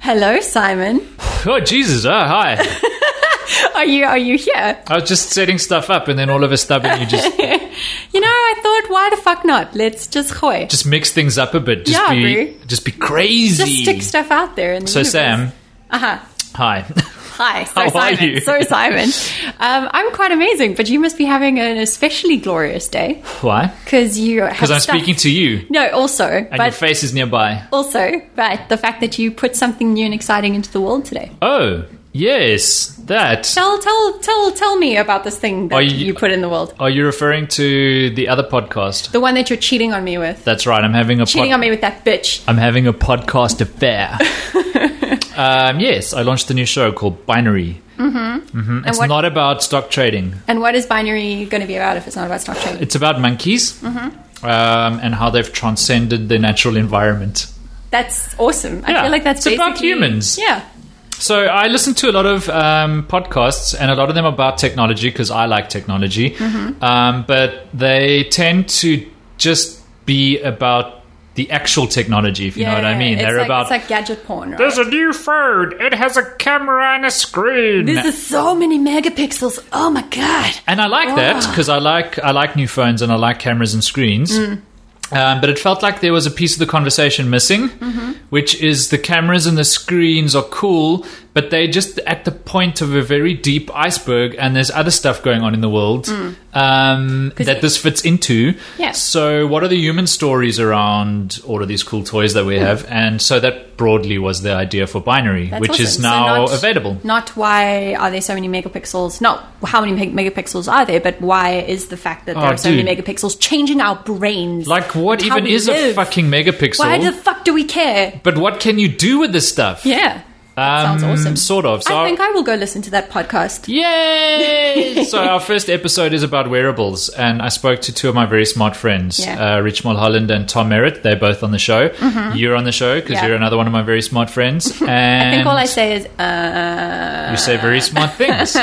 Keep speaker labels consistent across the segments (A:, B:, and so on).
A: Hello, Simon.
B: Oh Jesus! Oh hi!
A: Are you are you here?
B: I was just setting stuff up, and then all of a sudden you just
A: You know, I thought, why the fuck not? Let's just hoy. Just,
B: just mix things up a bit. Just
A: Yeah,
B: be
A: bro.
B: just be crazy.
A: stick stuff out there. In the
B: so
A: universe.
B: Sam,
A: Uh-huh.
B: hi.
A: Hi, so
B: How are
A: Simon.
B: you?
A: So Simon. Um, I'm quite amazing, but you must be having an especially glorious day
B: Why?
A: because you
B: Because I'm speaking to you,
A: No, also,
B: and your
A: but
B: face is nearby.
A: also, but the fact that you put something new and exciting into the world today.
B: Oh yes, that.
A: Tell, tell, tell, tell me about this thing
B: Are
A: that
B: you-
A: you put in the world.
B: Are you referring to the other podcast?
A: The one that you're cheating on me with.
B: That's right. I'm having a
A: Cheating
B: pod-
A: on me with that bitch.
B: I'm having a podcast affair. um, yes, I launched a new show called Binary. Mm-hmm. Mm-hmm. It's
A: what-
B: not about stock trading.
A: And what is binary going to be about if it's not about stock trading?
B: It's about monkeys
A: Mm-hmm.
B: um, and how they've transcended their natural environment.
A: That's awesome. I
B: Yeah,
A: feel like that's
B: it's about
A: basically-
B: humans.
A: Yeah.
B: So I listen to a lot of um, podcasts, and a lot of them about technology because I like technology.
A: Mm-hmm.
B: Um, but they tend to just be about the actual technology, if you know what I
A: Yeah,
B: mean.
A: It's
B: They're
A: like,
B: about
A: it's like gadget porn. Right?
B: there's a new phone. It has a camera and a screen.
A: This is so many megapixels. Oh my god.
B: and I like that 'cause that
A: Ugh.
B: because I like I like new phones and I like cameras and screens.
A: Mm.
B: Um, but it felt like there was a piece of the conversation missing,
A: Mm-hmm.
B: which is the cameras and the screens are cool, but they're just at the point of a very deep iceberg, and there's other stuff going on in the world um, that this fits into.
A: Mm. Yeah.
B: So, what are the human stories around all of these cool toys that we have? And so that broadly was the idea for Binary,
A: Mm. That's
B: which is
A: awesome. So
B: now
A: not-
B: available.
A: Not why are there so many megapixels? Not how many meg- megapixels are there, but why is the fact that there
B: Oh,
A: are so many
B: dude.
A: megapixels changing our brains?
B: Like, what
A: It's how
B: even
A: we
B: is a
A: live.
B: fucking megapixel?
A: Why the fuck do we care?
B: But what can you do with this stuff?
A: Yeah. That sounds
B: Um,
A: awesome.
B: Sort of. So
A: I think I will go listen to that podcast.
B: Yay! so our first episode is about wearables, and I spoke to two of my very smart friends,
A: Yeah. Mm-hmm.
B: uh, Rich Mulholland and Tom Merritt. They're both on the show. You're on the show because
A: Yeah.
B: you're another one of my very smart friends. And
A: I think all I say is, uh,
B: you say very smart things.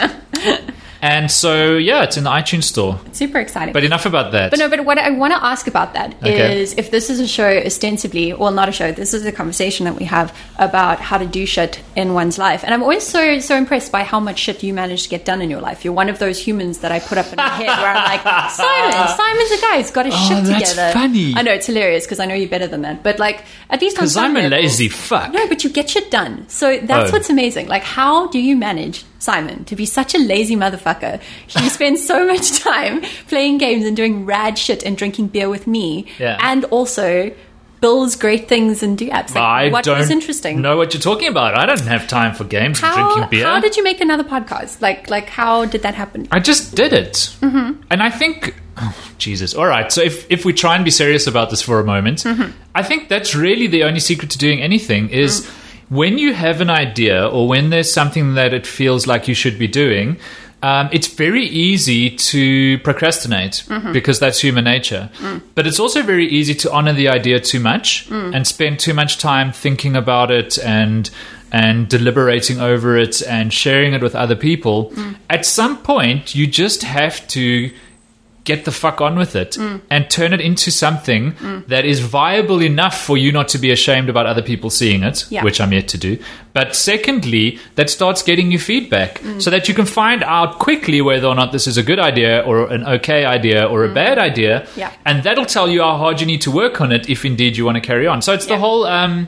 B: and so yeah, it's in the iTunes store.
A: super exciting.
B: But enough about that.
A: But no, but what I want to ask about that is
B: Okay.
A: if this is a show ostensibly, well, not a show, this is a conversation that we have about how to do shit in one's life. And I'm always so, so impressed by how much shit you manage to get done in your life. You're one of those humans that I put up in my head where I'm like, Simon, Simon's a guy who's got his
B: Oh,
A: shit
B: that's
A: together.
B: funny.
A: I know, it's hilarious because I know you better than that. But like, at least on
B: because
A: some
B: I'm a
A: level-
B: lazy fuck.
A: No, but you get shit done. So that's
B: Oh.
A: what's amazing. Like, how do you manage, Simon, to be such a lazy motherfucker? He spends so much time playing games and doing rad shit and drinking beer with me,
B: Yeah.
A: and also builds great things and do apps. Like,
B: I
A: what
B: don't
A: was interesting?
B: know what you're talking about. I don't have time for games and
A: How,
B: drinking beer.
A: how did you make another podcast? Like, like how did that happen?
B: I just did it. Mm-hmm. And I think, oh, Jesus. All right. So if, if we try and be serious about this for a moment, I think that's really the only secret to doing anything is when you have an idea or when there's something that it feels like you should be doing. Um, it's very easy to procrastinate because that's human nature. But it's also very easy to honor the idea too much and spend too much time thinking about it and and deliberating over it and sharing it with other people, at some point you just have to get the fuck on with it and turn it into something that is viable enough for you not to be ashamed about other people seeing it,
A: Yeah.
B: which I'm yet to do. But secondly, that starts getting you feedback so that you can find out quickly whether or not this is a good idea or an okay idea or a bad idea.
A: Yeah.
B: And that'll tell you how hard you need to work on it if indeed you want to carry on. So it's the
A: Yeah. Mm-hmm.
B: whole. Um,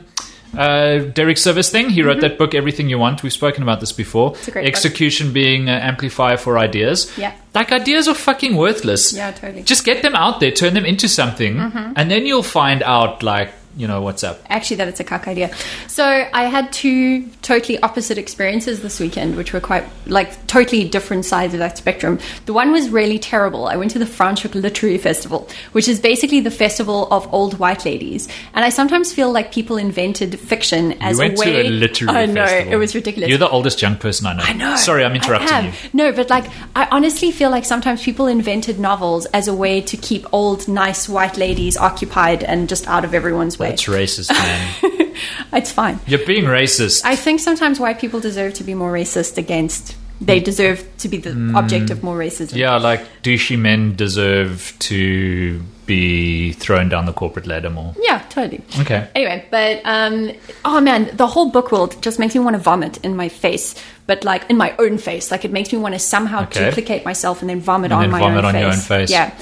B: uh, Derek Service thing. He wrote that book, Everything You Want. We've spoken about this before.
A: a great book.
B: Execution being an amplifier for ideas.
A: Yeah.
B: Like, ideas are fucking worthless.
A: Yeah, totally. Mm-hmm.
B: Just get them out there, turn them into something, and then you'll find out, like, you know, what's up.
A: actually that it's a cuck idea. So I had two totally opposite experiences this weekend, which were quite like totally different sides of that spectrum. The one was really terrible. I went to the Franschhoek Literary Festival, which is basically the festival of old white ladies. And I sometimes feel like people invented fiction as
B: you went
A: a way.
B: to a literary
A: I know
B: festival.
A: it was ridiculous.
B: You're the oldest young person I know.
A: I know.
B: Sorry, I'm interrupting
A: I am.
B: you.
A: No, but like, I honestly feel like sometimes people invented novels as a way to keep old, nice white ladies occupied and just out of everyone's way.
B: That's racist, man.
A: It's fine.
B: You're being racist.
A: I think sometimes white people deserve to be more racist against They deserve to be the object of more racism.
B: Mm. Yeah, like douchey men deserve to be thrown down the corporate ladder more.
A: Yeah, totally.
B: Okay.
A: Anyway, but um, oh man, the whole book world just makes me want to vomit in my face, but like in my own face. Like it makes me want to somehow
B: Okay.
A: duplicate myself and then vomit on
B: then
A: my own
B: vomit on
A: face.
B: your own face.
A: Yeah.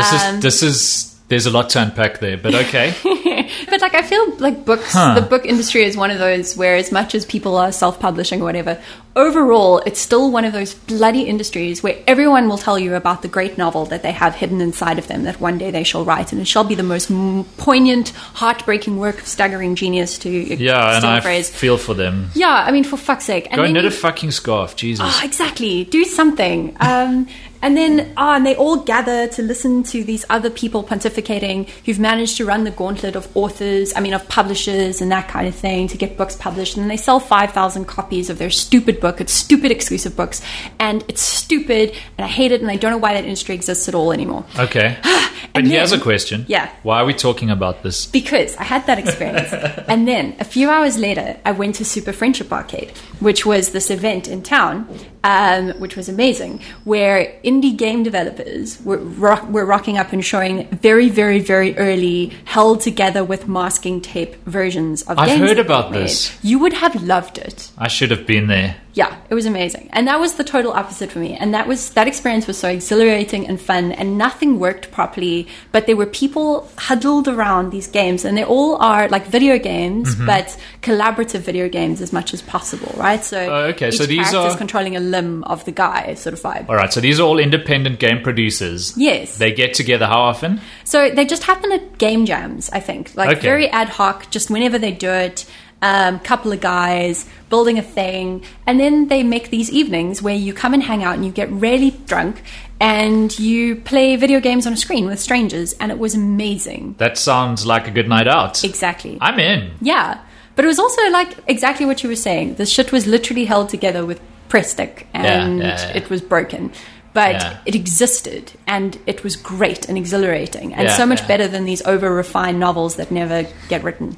B: This
A: Um,
B: is this is there's a lot to unpack there, but okay.
A: But like I feel like books,
B: Huh.
A: the book industry is one of those where, as much as people are self-publishing or whatever, overall it's still one of those bloody industries where everyone will tell you about the great novel that they have hidden inside of them that one day they shall write, and it shall be the most m- poignant, heartbreaking work of staggering genius. To
B: yeah, and
A: steal a
B: I
A: phrase.
B: feel for them.
A: yeah, I mean, for fuck's sake! And
B: Go
A: then
B: knit
A: you-
B: a fucking scarf, Jesus.
A: Oh, exactly. Do something. Um, and then, ah, and they all gather to listen to these other people pontificating who've managed to run the gauntlet of authors, I mean, of publishers and that kind of thing to get books published. And they sell 5,000 copies of their stupid book. It's stupid exclusive books. And it's stupid. And I hate it. And I don't know why that industry exists at all anymore.
B: okay. But
A: And
B: here's a
A: then-
B: question.
A: Yeah.
B: Why are we talking about this?
A: because I had that experience. and then a few hours later, I went to Super Friendship Arcade, which was this event in town, um, which was amazing, where indie game developers were, rock- were rocking up and showing very, very, very early, held together with masking tape versions of
B: I've
A: games.
B: heard
A: that they
B: about
A: made.
B: this.
A: You would have loved it
B: I should have been there.
A: yeah, it was amazing. And that was the total opposite for me. And that was that experience was so exhilarating and fun and nothing worked properly, but there were people huddled around these games and they all are like video games,
B: Mm-hmm.
A: but collaborative video games as much as possible, right? So
B: Oh, okay.
A: each
B: So these
A: character's
B: are-
A: controlling a limb of the guy sort of vibe.
B: All right, so these are all independent game producers.
A: Yes.
B: They get together how often?
A: So they just happen at game jams, I think. Like
B: Okay.
A: very ad hoc, just whenever they do it. Um, couple of guys building a thing, and then they make these evenings where you come and hang out and you get really drunk and you play video games on a screen with strangers, and it was amazing.
B: That sounds like a good night out.
A: Exactly.
B: I'm in.
A: yeah. But it was also like exactly what you were saying. The shit was literally held together with press stick and
B: Yeah, yeah, yeah.
A: it was broken. But
B: Yeah.
A: it existed and it was great and exhilarating and
B: Yeah,
A: so much
B: yeah.
A: better than these over refined novels that never get written.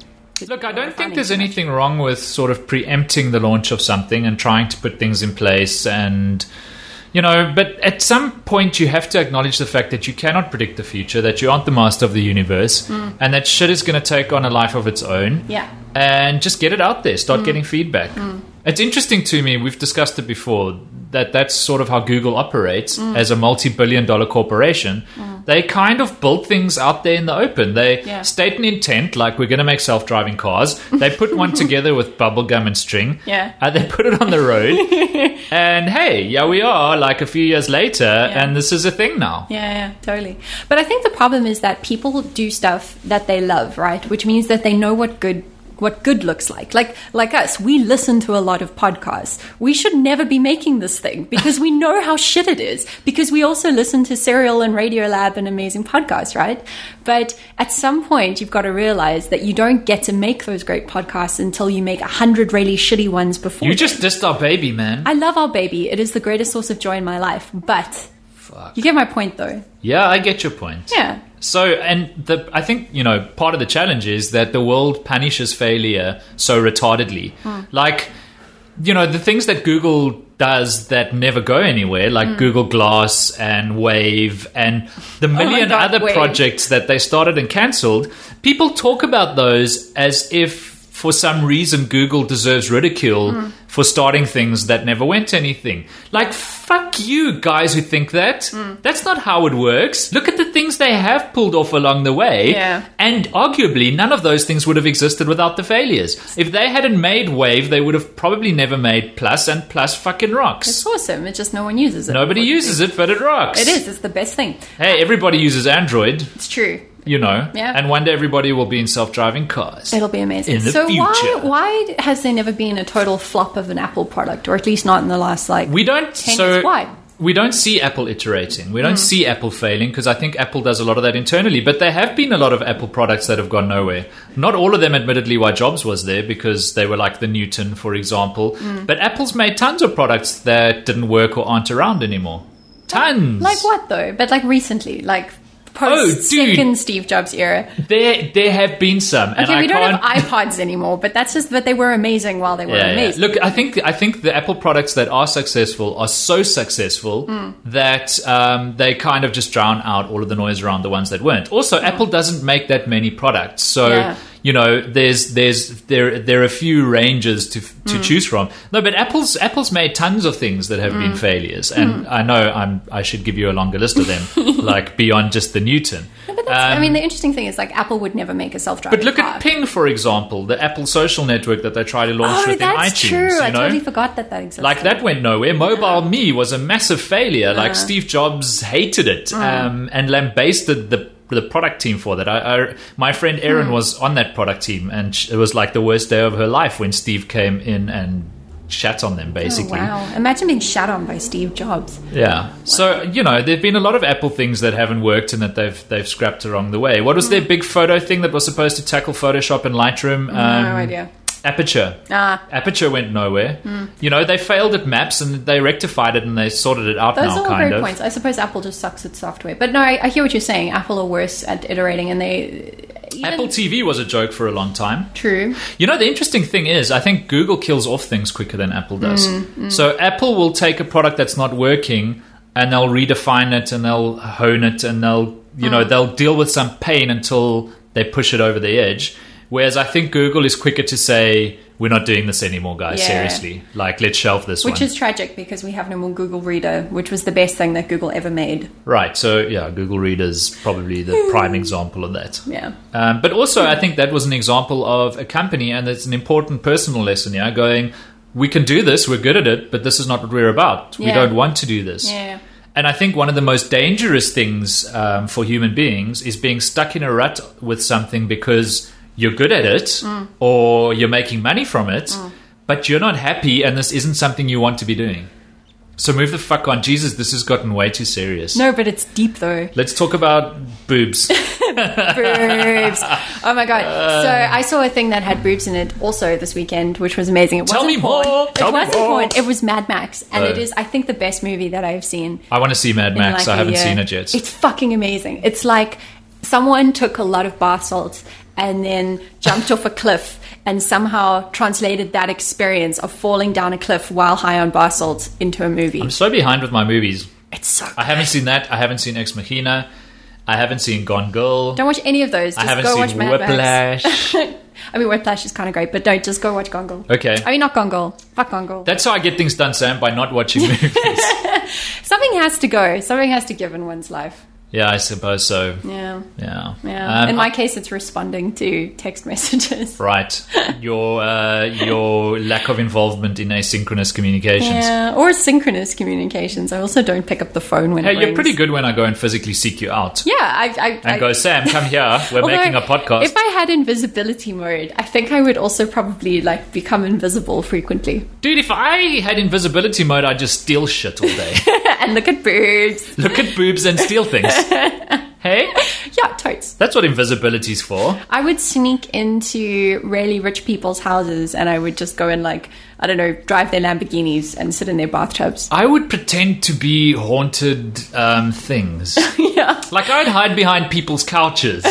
B: Look, I don't
A: Refining
B: think there's
A: too much.
B: anything wrong with sort of preempting the launch of something and trying to put things in place and you know, but at some point you have to acknowledge the fact that you cannot predict the future, that you aren't the master of the universe, and that shit is going to take on a life of its own.
A: Yeah.
B: And just get it out there,
A: Hmm.
B: start getting feedback. It's interesting to me, we've discussed it before, that that's sort of how Google operates
A: Hmm.
B: as a multi billion dollar corporation. They kind of build things out there in the open. They
A: Yeah.
B: state an intent, like we're going to make self driving cars. They put one together with bubblegum and string.
A: Yeah.
B: And they put it on the road. and hey, yeah, we are like a few years later, and this is a thing now.
A: Yeah, yeah, totally. But I think the problem is that people do stuff that they love, right? Which means that they know what good what good looks like. Like like us, we listen to a lot of podcasts. We should never be making this thing because we know how shit it is. Because we also listen to Serial and Radio Lab and amazing podcasts, right? But at some point you've got to realize that you don't get to make those great podcasts until you make a hundred really shitty ones before
B: You just dissed our baby, man.
A: I love our baby. It is the greatest source of joy in my life. But you get my point though.
B: yeah, I get your point.
A: Yeah.
B: So, and the, I think, you know, part of the challenge is that the world punishes failure so retardedly.
A: Hmm.
B: Like, you know, the things that Google does that never go anywhere, like
A: Hmm.
B: Google Glass and Wave and the million
A: Oh God,
B: other
A: Wave.
B: projects that they started and cancelled, people talk about those as if for some reason Google deserves ridicule
A: Hmm.
B: for starting things that never went to anything. Like, fuck you guys who think that.
A: Hmm.
B: That's not how it works. Look at the things they have pulled off along the way.
A: Yeah.
B: And arguably, none of those things would have existed without the failures. If they hadn't made Wave, they would have probably never made Plus and Plus fucking
A: It's
B: rocks.
A: awesome. It's just no one uses it.
B: Nobody uses it, but it rocks.
A: It is. It's the best thing.
B: Hey, everybody uses Android,
A: It's true.
B: you know.
A: Yeah.
B: And one day everybody will be in self driving cars.
A: It'll be amazing.
B: In the
A: so why
B: future.
A: why has there never been a total flop of an Apple product, or at least not in the last like?
B: we don't
A: Ten
B: so
A: years. Mm. Why?
B: we don't see Apple iterating. We don't see Apple failing because I think Apple does a lot of that internally. But there have been a lot of Apple products that have gone nowhere. Not all of them, admittedly, why Jobs was there because they were like the Newton, for example.
A: Mm.
B: But Apple's made tons of products that didn't work or aren't around anymore. Tons.
A: like what though? But like recently, like
B: Oh,
A: post
B: dude.
A: second Steve Jobs era.
B: There, there have been some, and
A: Okay,
B: I
A: we don't
B: can't.
A: have iPods anymore, but that's just that they were amazing while they were
B: Yeah, yeah.
A: amazing.
B: Look, I think I think the Apple products that are successful are so successful
A: Hmm.
B: that um, they kind of just drown out all of the noise around the ones that weren't. Also, Apple doesn't make that many products, so
A: Hmm. Yeah.
B: you know there's there's there there are a few ranges to to
A: Hmm.
B: choose from. No, but Apple's Apple's made tons of things that have
A: Hmm.
B: been failures, and I know I'm I should give you a longer list of them, like beyond just the Newton.
A: But that's, I mean, the interesting thing is like Apple would never make a self-driving
B: um, But look
A: car.
B: at Ping, for example, the Apple social network that they try to launch
A: Oh,
B: within
A: that's
B: iTunes.
A: true.
B: You know?
A: I totally forgot that that existed. Oh,
B: like that went nowhere. Mobile Me was a massive failure. Like Steve Jobs hated it
A: Mm.
B: um, and lambasted the the product team for that. I, I my friend Erin
A: Mm.
B: was on that product team, and sh it was like the worst day of her life when Steve came in and shat on them
A: Oh,
B: basically.
A: wow. Imagine being shot on by Steve Jobs.
B: Yeah. So, you know, there've been a lot of Apple things that haven't worked and that they've they've scrapped along the way.
A: Mm.
B: What was their big photo thing that was supposed to tackle Photoshop and Lightroom? No
A: idea.
B: Aperture.
A: Ah,
B: Aperture went nowhere.
A: Hmm.
B: You know, they failed at maps and they rectified it and they sorted it out
A: those
B: now,
A: are all
B: kind
A: great
B: of.
A: points. I suppose Apple just sucks at software. But no, I, I hear what you're saying. Apple are worse at iterating, and they even-
B: Apple TV was a joke for a long time.
A: True.
B: You know, the interesting thing is, I think Google kills off things quicker than Apple
A: Hmm,
B: does. So Apple will take a product that's not working and they'll redefine it and they'll hone it and they'll, you
A: Hmm.
B: know, they'll deal with some pain until they push it over the edge. Whereas I think Google is quicker to say, we're not doing this anymore, guys.
A: Yeah.
B: Seriously. Like, let's shelve this
A: Which
B: one.
A: is tragic because we have no more Google Reader, which was the best thing that Google ever made.
B: right. So, yeah, Google Reader's probably the prime example of that.
A: Yeah.
B: Um, but also, I think that was an example of a company, and it's an important personal lesson. Yeah, going, we can do this, we're good at it, but this is not what we're about. We
A: Yeah.
B: don't want to do this.
A: Yeah.
B: And I think one of the most dangerous things um, for human beings is being stuck in a rut with something because you're good at it
A: Mm.
B: or you're making money from it, but you're not happy, and this isn't something you want to be doing. So move the fuck on, Jesus! This has gotten way too serious.
A: No, but it's deep though.
B: Let's talk about boobs.
A: boobs. Oh my god! so
B: Uh.
A: I saw a thing that had boobs in it also this weekend, which was amazing. It
B: Tell
A: wasn't
B: me
A: porn.
B: more.
A: It
B: Tell me
A: wasn't
B: more.
A: porn. It was Mad Max, and
B: Oh.
A: it is I think the best movie that I've seen.
B: I want to see Mad
A: in
B: Max.
A: like
B: I
A: a
B: haven't
A: year.
B: seen it yet.
A: It's fucking amazing. It's like someone took a lot of bath salts and then jumped off a cliff and somehow translated that experience of falling down a cliff while high on bath salts into a movie.
B: I'm so behind with my movies.
A: It's so.
B: I haven't seen that. I haven't seen Ex Machina. I haven't seen Gone Girl.
A: Don't watch any of those.
B: I
A: Just
B: haven't
A: go watch
B: seen
A: Mad Max.
B: Whiplash.
A: I mean, Whiplash is kind of great, but no, just go watch Gongle.
B: Okay.
A: I mean, not Gongle. Fuck Gongle.
B: That's how I get things done, Sam, by not watching movies.
A: Something has to go. Something has to give in one's life.
B: yeah, I suppose so.
A: Yeah.
B: Yeah.
A: Yeah.
B: Um,
A: in my case, it's responding to text messages.
B: right. Your uh, your lack of involvement in asynchronous communications.
A: Yeah. Or synchronous communications. I also don't pick up the phone when it
B: Hey, you're
A: rings.
B: pretty good when I go and physically seek you out
A: Yeah. I, I,
B: and
A: I,
B: go, Sam, come here. We're
A: although
B: making a podcast.
A: If I had invisibility mode, I think I would also probably like become invisible frequently
B: Dude, if I had invisibility mode, I'd just steal shit all day.
A: and look at birds.
B: Look at boobs and steal things. hey?
A: Yeah, totes.
B: That's what invisibility's for.
A: I would sneak into really rich people's houses and I would just go and like I don't know, drive their Lamborghinis and sit in their bathtubs.
B: I would pretend to be haunted um, things.
A: yeah.
B: like I'd hide behind people's couches.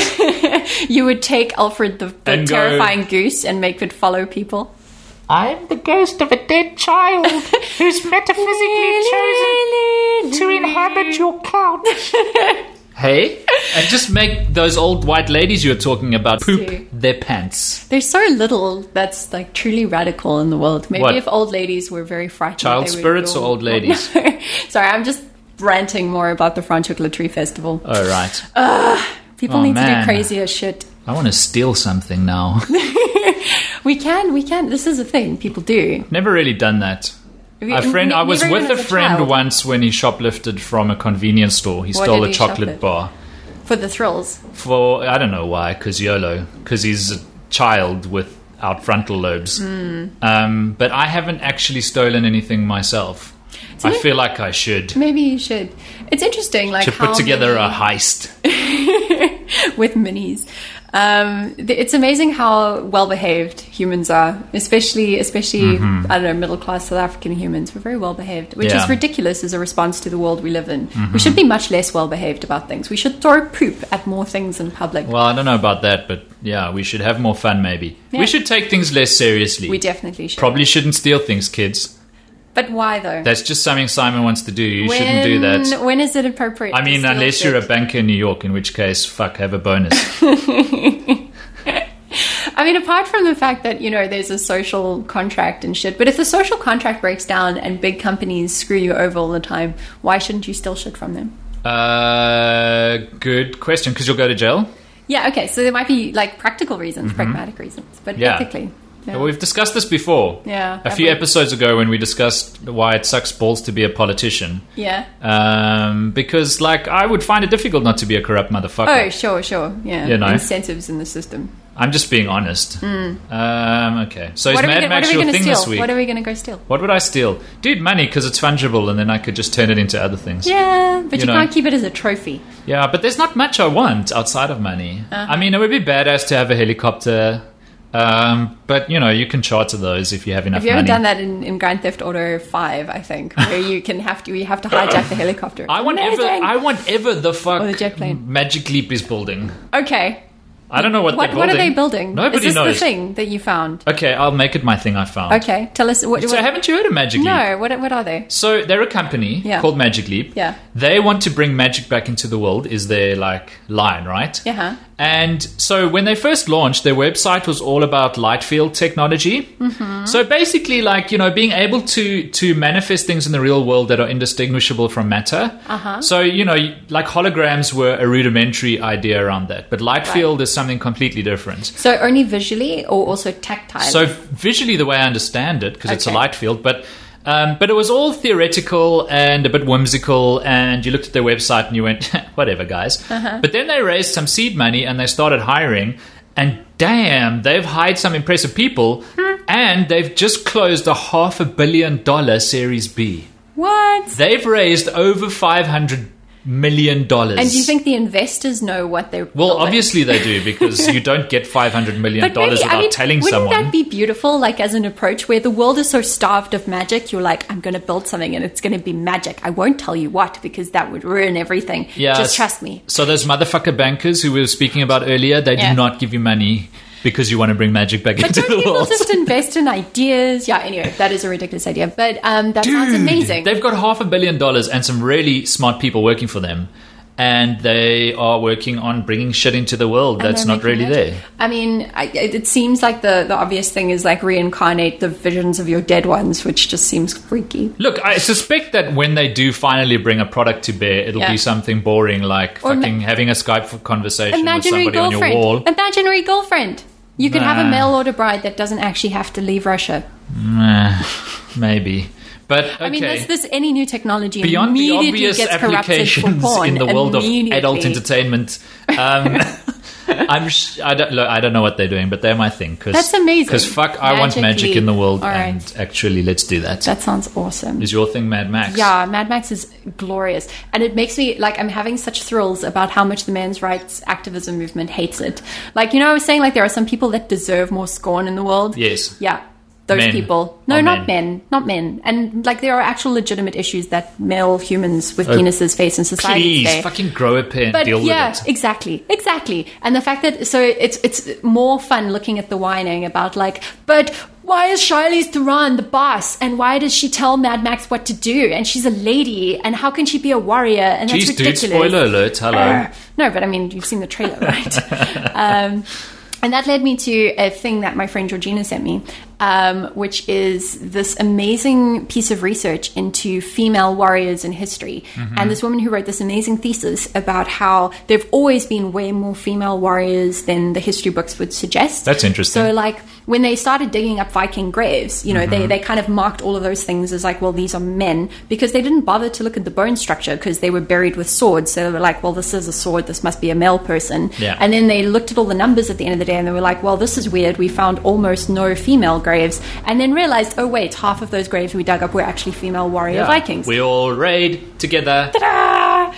A: You would take Alfred the, the
B: And go-
A: terrifying goose and make it follow people.
C: I'm the ghost of a dead child who's metaphysically chosen to inhabit your couch.
B: Hey, and just make those old white ladies you were talking about poop
A: do.
B: their pants.
A: There's so little that's like truly radical in the world. Maybe
B: What?
A: if old ladies were very frightened.
B: Child
A: they would
B: spirits or
A: yawn.
B: old ladies?
A: No. Sorry, I'm just ranting more about the Franchuk Literary Festival.
B: All right,
A: People
B: oh,
A: need to
B: man.
A: do crazier shit.
B: I want to steal something now.
A: We can, we can. This is a thing people do.
B: Never really done that.
A: We-
B: A friend, I was
A: never
B: with
A: even
B: a
A: as
B: friend
A: child.
B: once when he shoplifted from a convenience store. He
A: What
B: stole
A: did
B: a
A: he
B: chocolate
A: shoplift?
B: bar
A: for the thrills.
B: for I don't know why, because YOLO, because he's a child without frontal lobes.
A: Hmm.
B: Um, but I haven't actually stolen anything myself. I feel like I should.
A: Maybe you should. It's interesting, like
B: To
A: how
B: put together
A: many-
B: a heist.
A: with minis. Um, th- it's amazing how well behaved humans are, especially especially I don't know middle class South African humans. We're very well behaved, which
B: Mm-hmm. Yeah. Mm-hmm.
A: is ridiculous as a response to the world we live in. We should be much less well behaved about things. We should throw poop at more things in public.
B: Well, I don't know about that, but yeah, we should have more fun. Maybe
A: Yeah.
B: we should take things less seriously.
A: we definitely should.
B: probably shouldn't steal things, kids.
A: but why though?
B: That's just something Simon wants to do. You shouldn't do that.
A: When is it appropriate?
B: I
A: to
B: mean,
A: steal
B: unless
A: shit?
B: you're a banker in New York, in which case, fuck, have a bonus.
A: I mean, apart from the fact that, you know, there's a social contract and shit, but if the social contract breaks down and big companies screw you over all the time, why shouldn't you steal shit from them?
B: uh, good question, because you'll go to jail.
A: Yeah, okay, so there might be like practical reasons, pragmatic reasons, but
B: Mm-hmm. Yeah.
A: ethically. Yeah.
B: We've discussed this before.
A: Yeah,
B: A few
A: have we?
B: episodes ago when we discussed why it sucks balls to be a politician.
A: Yeah.
B: Um, because, like, I would find it difficult not to be a corrupt motherfucker.
A: Oh, sure, sure. Yeah.
B: You know.
A: Incentives in the system.
B: I'm just being honest. Um, okay. So is
A: Oh. Hmm. what, are we
B: Mad
A: gonna, what are we
B: Max your
A: gonna
B: thing
A: steal?
B: this week?
A: What are we going to go steal?
B: What would I steal? Dude, money, because it's fungible and then I could just turn it into other things.
A: Yeah, but
B: You
A: you,
B: know.
A: can't keep it as a trophy.
B: Yeah, but there's not much I want outside of money.
A: Uh-huh.
B: I mean, it would be badass to have a helicopter, um, but you know, you can charter those if you have enough
A: Have you ever
B: money.
A: done that in, in Grand Theft Auto Five? I think where you can have to you have to hijack the helicopter.
B: I want ever,
A: Amazing.
B: I want ever the fuck
A: Or the jet plane.
B: Magic Leap is building.
A: okay,
B: I don't know what,
A: What,
B: they're
A: what are
B: building.
A: they building?
B: Nobody
A: Is this
B: knows.
A: the thing that you found?
B: Okay, I'll make it my thing. I found.
A: Okay, tell us what.
B: So
A: what
B: haven't you heard of Magic Leap?
A: no, what, what are they?
B: So they're a company
A: Yeah.
B: called Magic Leap.
A: Yeah.
B: They want to bring magic back into the world is their like line, right?
A: Yeah.
B: And so when they first launched, their website was all about light field technology. Mm-hmm. So basically, like you know, being able to to manifest things in the real world that are indistinguishable from matter. Uh-huh. So you know, like holograms were a rudimentary idea around that, but light field is something completely different.
A: So only visually or also tactile?
B: So visually, the way I understand it, because it's a
A: Okay.
B: light field, but um, but it was all theoretical and a bit whimsical. And you looked at their website and you went, whatever, guys.
A: Uh-huh.
B: But then they raised some seed money and they started hiring. And damn, they've hired some impressive people,
A: Hmm.
B: and they've just closed a half a billion dollar Series B.
A: what?
B: They've raised over five hundred million dollars.
A: And do you think the investors know what they're?
B: Well,
A: building?
B: obviously they do because you don't get five hundred million
A: But
B: dollars
A: maybe,
B: without
A: I mean,
B: telling
A: wouldn't
B: someone.
A: that be beautiful? Like as an approach where the world is so starved of magic, you're like, I'm going to build something and it's going to be magic. I won't tell you what because that would ruin everything.
B: Yeah,
A: just
B: s-
A: trust me.
B: So those motherfucker bankers who we were speaking about earlier, they
A: Yeah.
B: do not give you money because you want to bring magic back
A: But
B: into
A: don't
B: the
A: people
B: world.
A: just invest in ideas? Yeah. Anyway, that is a ridiculous idea, but um, that sounds
B: Dude,
A: amazing.
B: They've got half a billion dollars and some really smart people working for them, and they are working on bringing shit into the world
A: And
B: that's
A: they're
B: not really
A: making magic.
B: there.
A: I mean, I, it, it seems like the, the obvious thing is like reincarnate the visions of your dead ones, which just seems freaky.
B: Look, I suspect that when they do finally bring a product to bear, it'll
A: Yeah.
B: be something boring like
A: Or ma-
B: fucking having a Skype conversation
A: Imaginary
B: with somebody on your wall.
A: girlfriend. Imaginary girlfriend. You could have
B: Nah.
A: a mail order bride that doesn't actually have to leave Russia.
B: Meh, maybe. But okay.
A: I mean, there's this any new technology
B: beyond the
A: immediately
B: obvious
A: gets corrupted for
B: applications
A: porn
B: in the world of adult
A: immediately.
B: entertainment, um, I'm sh- I don't look, I don't know what they're doing, but they're my thing. Cause,
A: That's amazing.
B: Because fuck, I want
A: Magic
B: magic
A: leap.
B: in the world,
A: All right.
B: and actually, let's do that.
A: That sounds awesome.
B: Is your thing Mad Max?
A: Yeah, Mad Max is glorious. And it makes me, like, I'm having such thrills about how much the men's rights activism movement hates it. Like, you know, I was saying, like, there are some people that deserve more scorn in the world.
B: Yes.
A: Yeah. Those
B: Men.
A: people. No,
B: Or
A: not men. Not men. And, like, there are actual legitimate issues that male humans with penises face in society
B: Oh. Please,
A: today.
B: fucking grow a pair and
A: But
B: deal
A: yeah,
B: with it.
A: exactly, exactly. And the fact that so it's it's more fun looking at the whining about like, but why is Charlize Theron the boss, and why does she tell Mad Max what to do, and she's a lady, and how can she be a warrior? And that's
B: Jeez, dude!
A: ridiculous. Uh,
B: Spoiler alert! Hello.
A: No, but I mean, you've seen the trailer, right? um, and that led me to a thing that my friend Georgina sent me, um, which is this amazing piece of research into female warriors in history.
B: Mm-hmm.
A: And this woman who wrote this amazing thesis about how there've always been way more female warriors than the history books would suggest.
B: That's interesting.
A: So, like when they started digging up Viking graves, you know,
B: Mm-hmm.
A: they, they kind of marked all of those things as like, well, these are men because they didn't bother to look at the bone structure because they were buried with swords. So they were like, well, this is a sword. This must be a male person.
B: Yeah.
A: And then they looked at all the numbers at the end of the day and they were like, well, this is weird. We found almost no female graves and then realized, oh, wait, half of those graves we dug up were actually female warrior
B: Yeah.
A: Vikings.
B: We all raid together.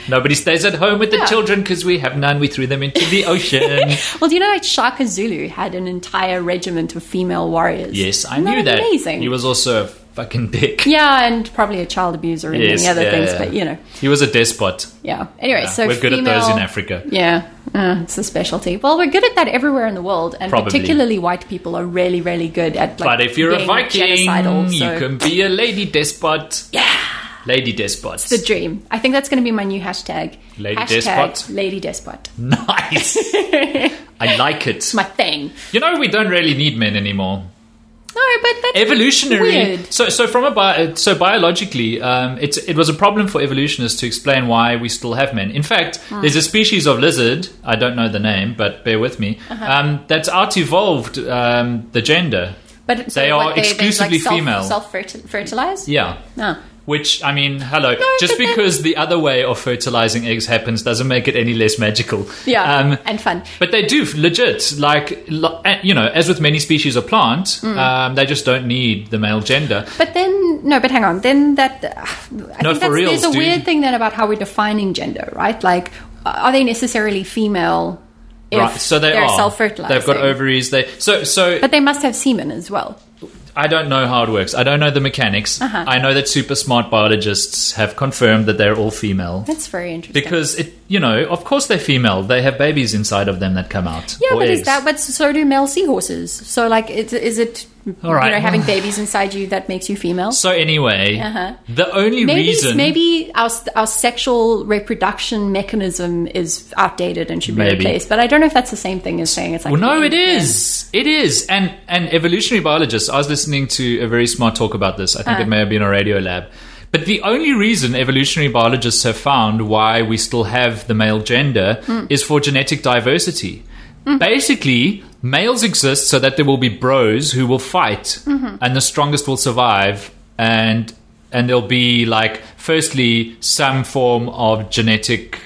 B: Nobody stays at home with the
A: Yeah.
B: children because we have none. We threw them into the ocean.
A: Well, do you know that Shaka Zulu had an entire regiment of female warriors?
B: yes, I
A: Isn't
B: knew that.
A: Amazing.
B: He was also a fucking dick.
A: yeah, and probably a child abuser and
B: Yes,
A: many other
B: yeah,
A: things,
B: yeah.
A: but you know,
B: He was a despot.
A: yeah. Anyway,
B: Yeah,
A: so
B: we're good
A: female,
B: at those in Africa.
A: Yeah, uh, it's a specialty. Well, we're good at that everywhere in the world, and
B: Probably.
A: particularly white people are really, really good at. Like,
B: But if you're a
A: being
B: Viking,
A: genocidal,
B: you
A: so-
B: can be a lady despot. Yeah. Lady despot.
A: the dream. I think that's going to be my new hashtag.
B: Lady
A: hashtag
B: Despot.
A: Lady despot.
B: nice. I like it.
A: It's my thing.
B: You know, we don't really need men anymore.
A: No, but that's
B: Evolutionary.
A: Weird.
B: So, so from a bi- uh, so biologically, um, it's it was a problem for evolutionists to explain why we still have men. In fact,
A: Hmm.
B: there's a species of lizard. I don't know the name, but bear with me.
A: Uh-huh.
B: Um, that's out evolved um, the gender.
A: But so
B: They are
A: what, then,
B: exclusively
A: self- Ah,
B: female.
A: Self-fertilized.
B: Yeah.
A: No.
B: Which I mean, hello. Just
A: but that-
B: because the other way of fertilizing eggs happens doesn't make it any less magical.
A: Yeah.
B: Um,
A: and fun.
B: But they do legit, like lo- eh, you know, as with many species of plant,
A: Mm.
B: um, they just don't need the male gender.
A: But then no, but hang on. Then that uh, I
B: No,
A: think
B: for
A: that's,
B: reals,
A: there's a
B: dude.
A: weird thing then about how we're defining gender, right? Like, uh, are they necessarily female? If
B: right? So they
A: they're
B: are
A: self-fertilizing.
B: They've got ovaries. They so so.
A: But they must have semen as well.
B: I don't know how it works. I don't know the mechanics.
A: Uh-huh.
B: I know that super smart biologists have confirmed that they're all female.
A: That's very interesting.
B: Because it, you know, of course they're female. They have babies inside of them that come out.
A: yeah,
B: or
A: but is
B: eggs.
A: that but so do male seahorses? So like, it's, is it
B: All right.
A: you know having babies inside you that makes you female?
B: So anyway,
A: Uh-huh.
B: the only
A: Maybe
B: reason
A: maybe our our sexual reproduction mechanism is outdated and should be
B: Maybe.
A: replaced. But I don't know if that's the same thing as saying it's like
B: Well, no, it
A: Yeah.
B: is. It is. And and evolutionary biologists. I was listening to a very smart talk about this. I think
A: Uh.
B: it may have been a radio lab. But the only reason evolutionary biologists have found why we still have the male gender
A: Hmm.
B: is for genetic diversity. Basically, males exist so that there will be bros who will fight,
A: Mm-hmm.
B: and the strongest will survive, and and there'll be like firstly some form of genetic.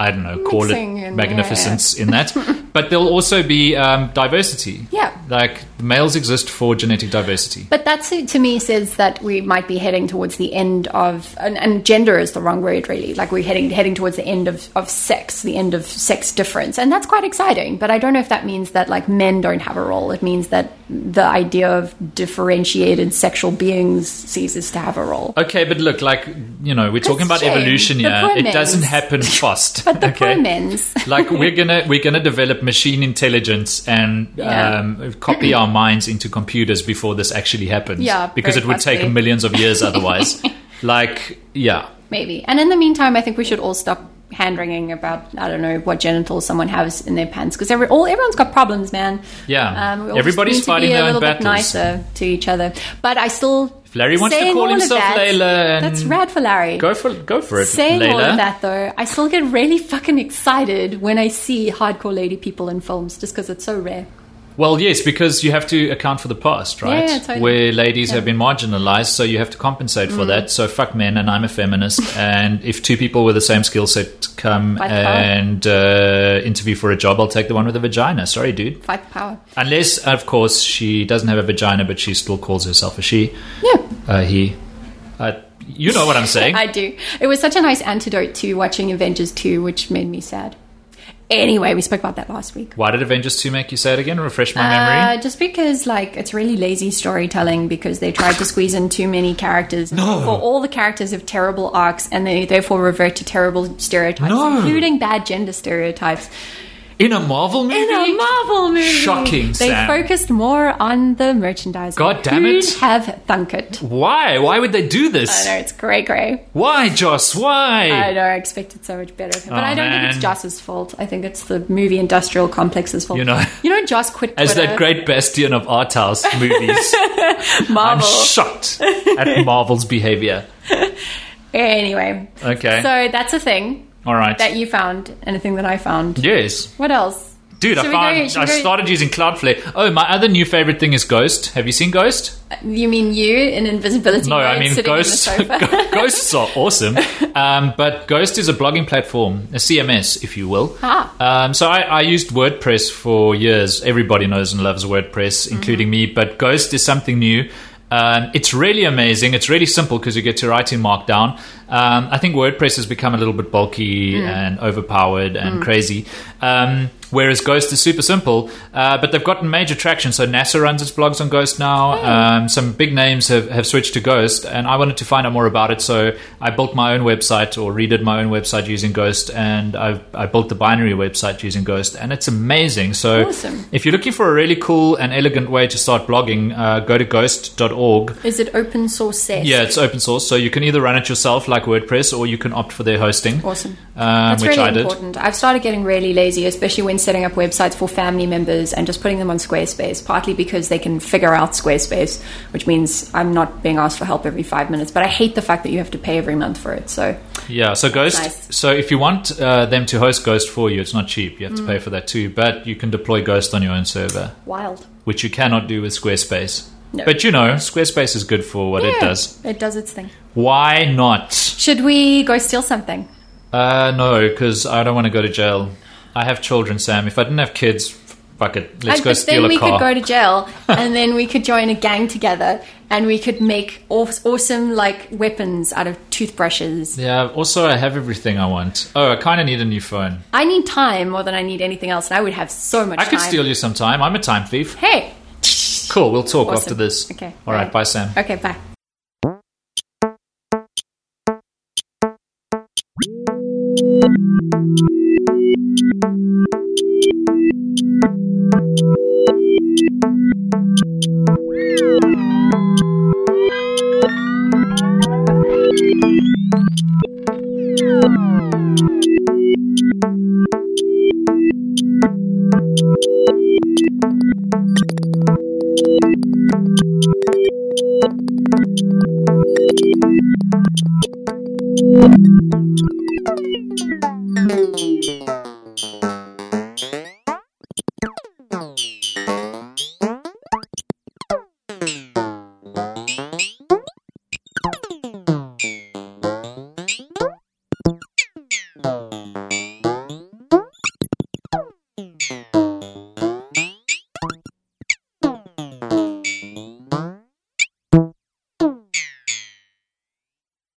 B: I don't know, call
A: Mixing
B: it
A: and-
B: magnificence
A: yeah, yeah.
B: difference in that, but there'll also be um, diversity.
A: Yeah.
B: like males exist for genetic diversity.
A: But that to to me says that we might be heading towards the end of, and, and gender is the wrong word really. Like we're heading heading towards the end of, of sex, the end of sex difference, and that's quite exciting. But I don't know if that means that like men don't have a role. It means that the idea of differentiated sexual beings ceases to have a role.
B: Okay, but look, like you know, we're talking about
A: shame.
B: evolution
A: The
B: here.
A: poor
B: It doesn't
A: men's.
B: happen fast.
A: But the
B: okay?
A: poor men's.
B: like we're gonna we're gonna develop machine intelligence and
A: Yeah.
B: um, copy our minds into computers before this actually happens.
A: Yeah,
B: because
A: very
B: it would take
A: fastly.
B: millions of years otherwise. like, yeah.
A: Maybe. And in the meantime, I think we should all stop hand wringing about I don't know what genitals someone has in their pants because every, all everyone's got problems, man.
B: Yeah.
A: Um, we all just
B: Everybody's
A: need to
B: fighting
A: be
B: their
A: a
B: own
A: little bit
B: battles.
A: nicer to each other. But I still
B: If Larry wants to
A: saying
B: call
A: all of
B: himself
A: that-
B: Layla and-
A: That's rad for Larry.
B: Go for go for it.
A: Saying all
B: Layla.
A: of that though, I still get really fucking excited when I see hardcore lady people in films just because it's so rare.
B: Well, yes, because you have to account for the past, right?
A: yeah, totally. Mm.
B: Where ladies have been marginalized, so you have to compensate for that. So fuck men, and I'm a feminist. and if two people with the same skill set come
A: By far.
B: and uh, interview for a job, I'll take the one with a vagina. Sorry, dude.
A: Fight the power.
B: Unless, of course, she doesn't have a vagina, but she still calls herself a she,
A: Yeah.
B: uh, he. Uh, you know what I'm saying.
A: I do. It was such a nice antidote to watching Avengers 2, which made me sad. Anyway, we spoke about that last week.
B: Why did Avengers 2 make you say it again? Refresh my
A: Uh,
B: memory.
A: just because, like, it's really lazy storytelling because they tried to squeeze in too many characters. No. all the characters have terrible arcs and they therefore revert to terrible stereotypes,
B: No.
A: including bad gender stereotypes.
B: In a Marvel movie?
A: In a Marvel movie!
B: Shocking,
A: They
B: Sam.
A: focused more on the merchandise.
B: God damn it.
A: Who'd have thunk it?
B: Why? Why would they do
A: I
B: this?
A: know, it's grey grey.
B: Why, Joss? Why?
A: I know, I expected so much better. But
B: Oh,
A: I don't think
B: man.
A: it's Joss's fault. I think it's the movie industrial complex's fault.
B: You know-
A: you know, Joss quit
B: as
A: Twitter,
B: that great bastion of art house movies. I'm
A: Marvel.
B: shocked at Marvel's behavior.
A: anyway,
B: Okay.
A: so that's a thing
B: All right.
A: that you found and a thing that I found.
B: yes.
A: What else?
B: Dude,
A: Should
B: I
A: we
B: found
A: go- should
B: I
A: we go-
B: started using Cloudflare. Oh, my other new favorite thing is Ghost. Have you seen Ghost?
A: You mean you in invisibility?
B: No,
A: mode,
B: I mean
A: sitting
B: ghosts.
A: On the sofa?
B: ghosts are awesome, um, but Ghost is a blogging platform, a CMS, if you will.
A: Ah.
B: Um, so I, I used WordPress for years. Everybody knows and loves
A: Mm-hmm.
B: WordPress, including me. But Ghost is something new. Um, it's really amazing. It's really simple because you get to write in Markdown. Um, I think WordPress has become a little bit bulky
A: Mm.
B: and overpowered and crazy. Um, whereas Ghost is super simple, uh, but they've gotten major traction. So NASA runs its blogs on Ghost now.
A: Oh.
B: Um, some big names have, have switched to Ghost, and I wanted to find out more about it. So I built my own website or redid my own website using Ghost, and I've, I built the binary website using Ghost, and it's amazing. So
A: Awesome.
B: if you're looking for a really cool and elegant way to start blogging, uh, go to ghost.org.
A: Is it open source set?
B: Yeah, it's open source, so you can either run it yourself like WordPress, or you can opt for their hosting.
A: Awesome.
B: um,
A: That's
B: which
A: really
B: I did.
A: important. I've started getting really lazy, especially when setting up websites for family members and just putting them on Squarespace, partly because they can figure out Squarespace, which means I'm not being asked for help every five minutes. But I hate the fact that you have to pay every month for it. So
B: Yeah, so Ghost.
A: Nice.
B: So if you want uh, them to host Ghost for you, it's not cheap. You have to
A: Mm.
B: pay for that too, but you can deploy Ghost on your own server,
A: wild.
B: which you cannot do with Squarespace.
A: No.
B: But you know, Squarespace is good for what it
A: Yeah,
B: does.
A: It does its thing.
B: Why not?
A: Should we go steal something?
B: Uh, no, because I don't want to go to jail. I have children, Sam. If I didn't have kids, fuck it. Let's
A: And-
B: go
A: Uh, but
B: steal
A: then
B: a
A: we
B: car.
A: could go to jail, and then we could join a gang together, and we could make aw- awesome like weapons out of toothbrushes.
B: yeah. Also, I have everything I want. Oh, I kind of need a new phone.
A: I need time more than I need anything else, and I would have so much.
B: I could
A: time.
B: steal you some time. I'm a time thief.
A: Hey.
B: Cool. We'll talk
A: Awesome.
B: after this.
A: Okay.
B: All right.
A: Bye.
B: Bye, Sam.
A: Okay. Bye.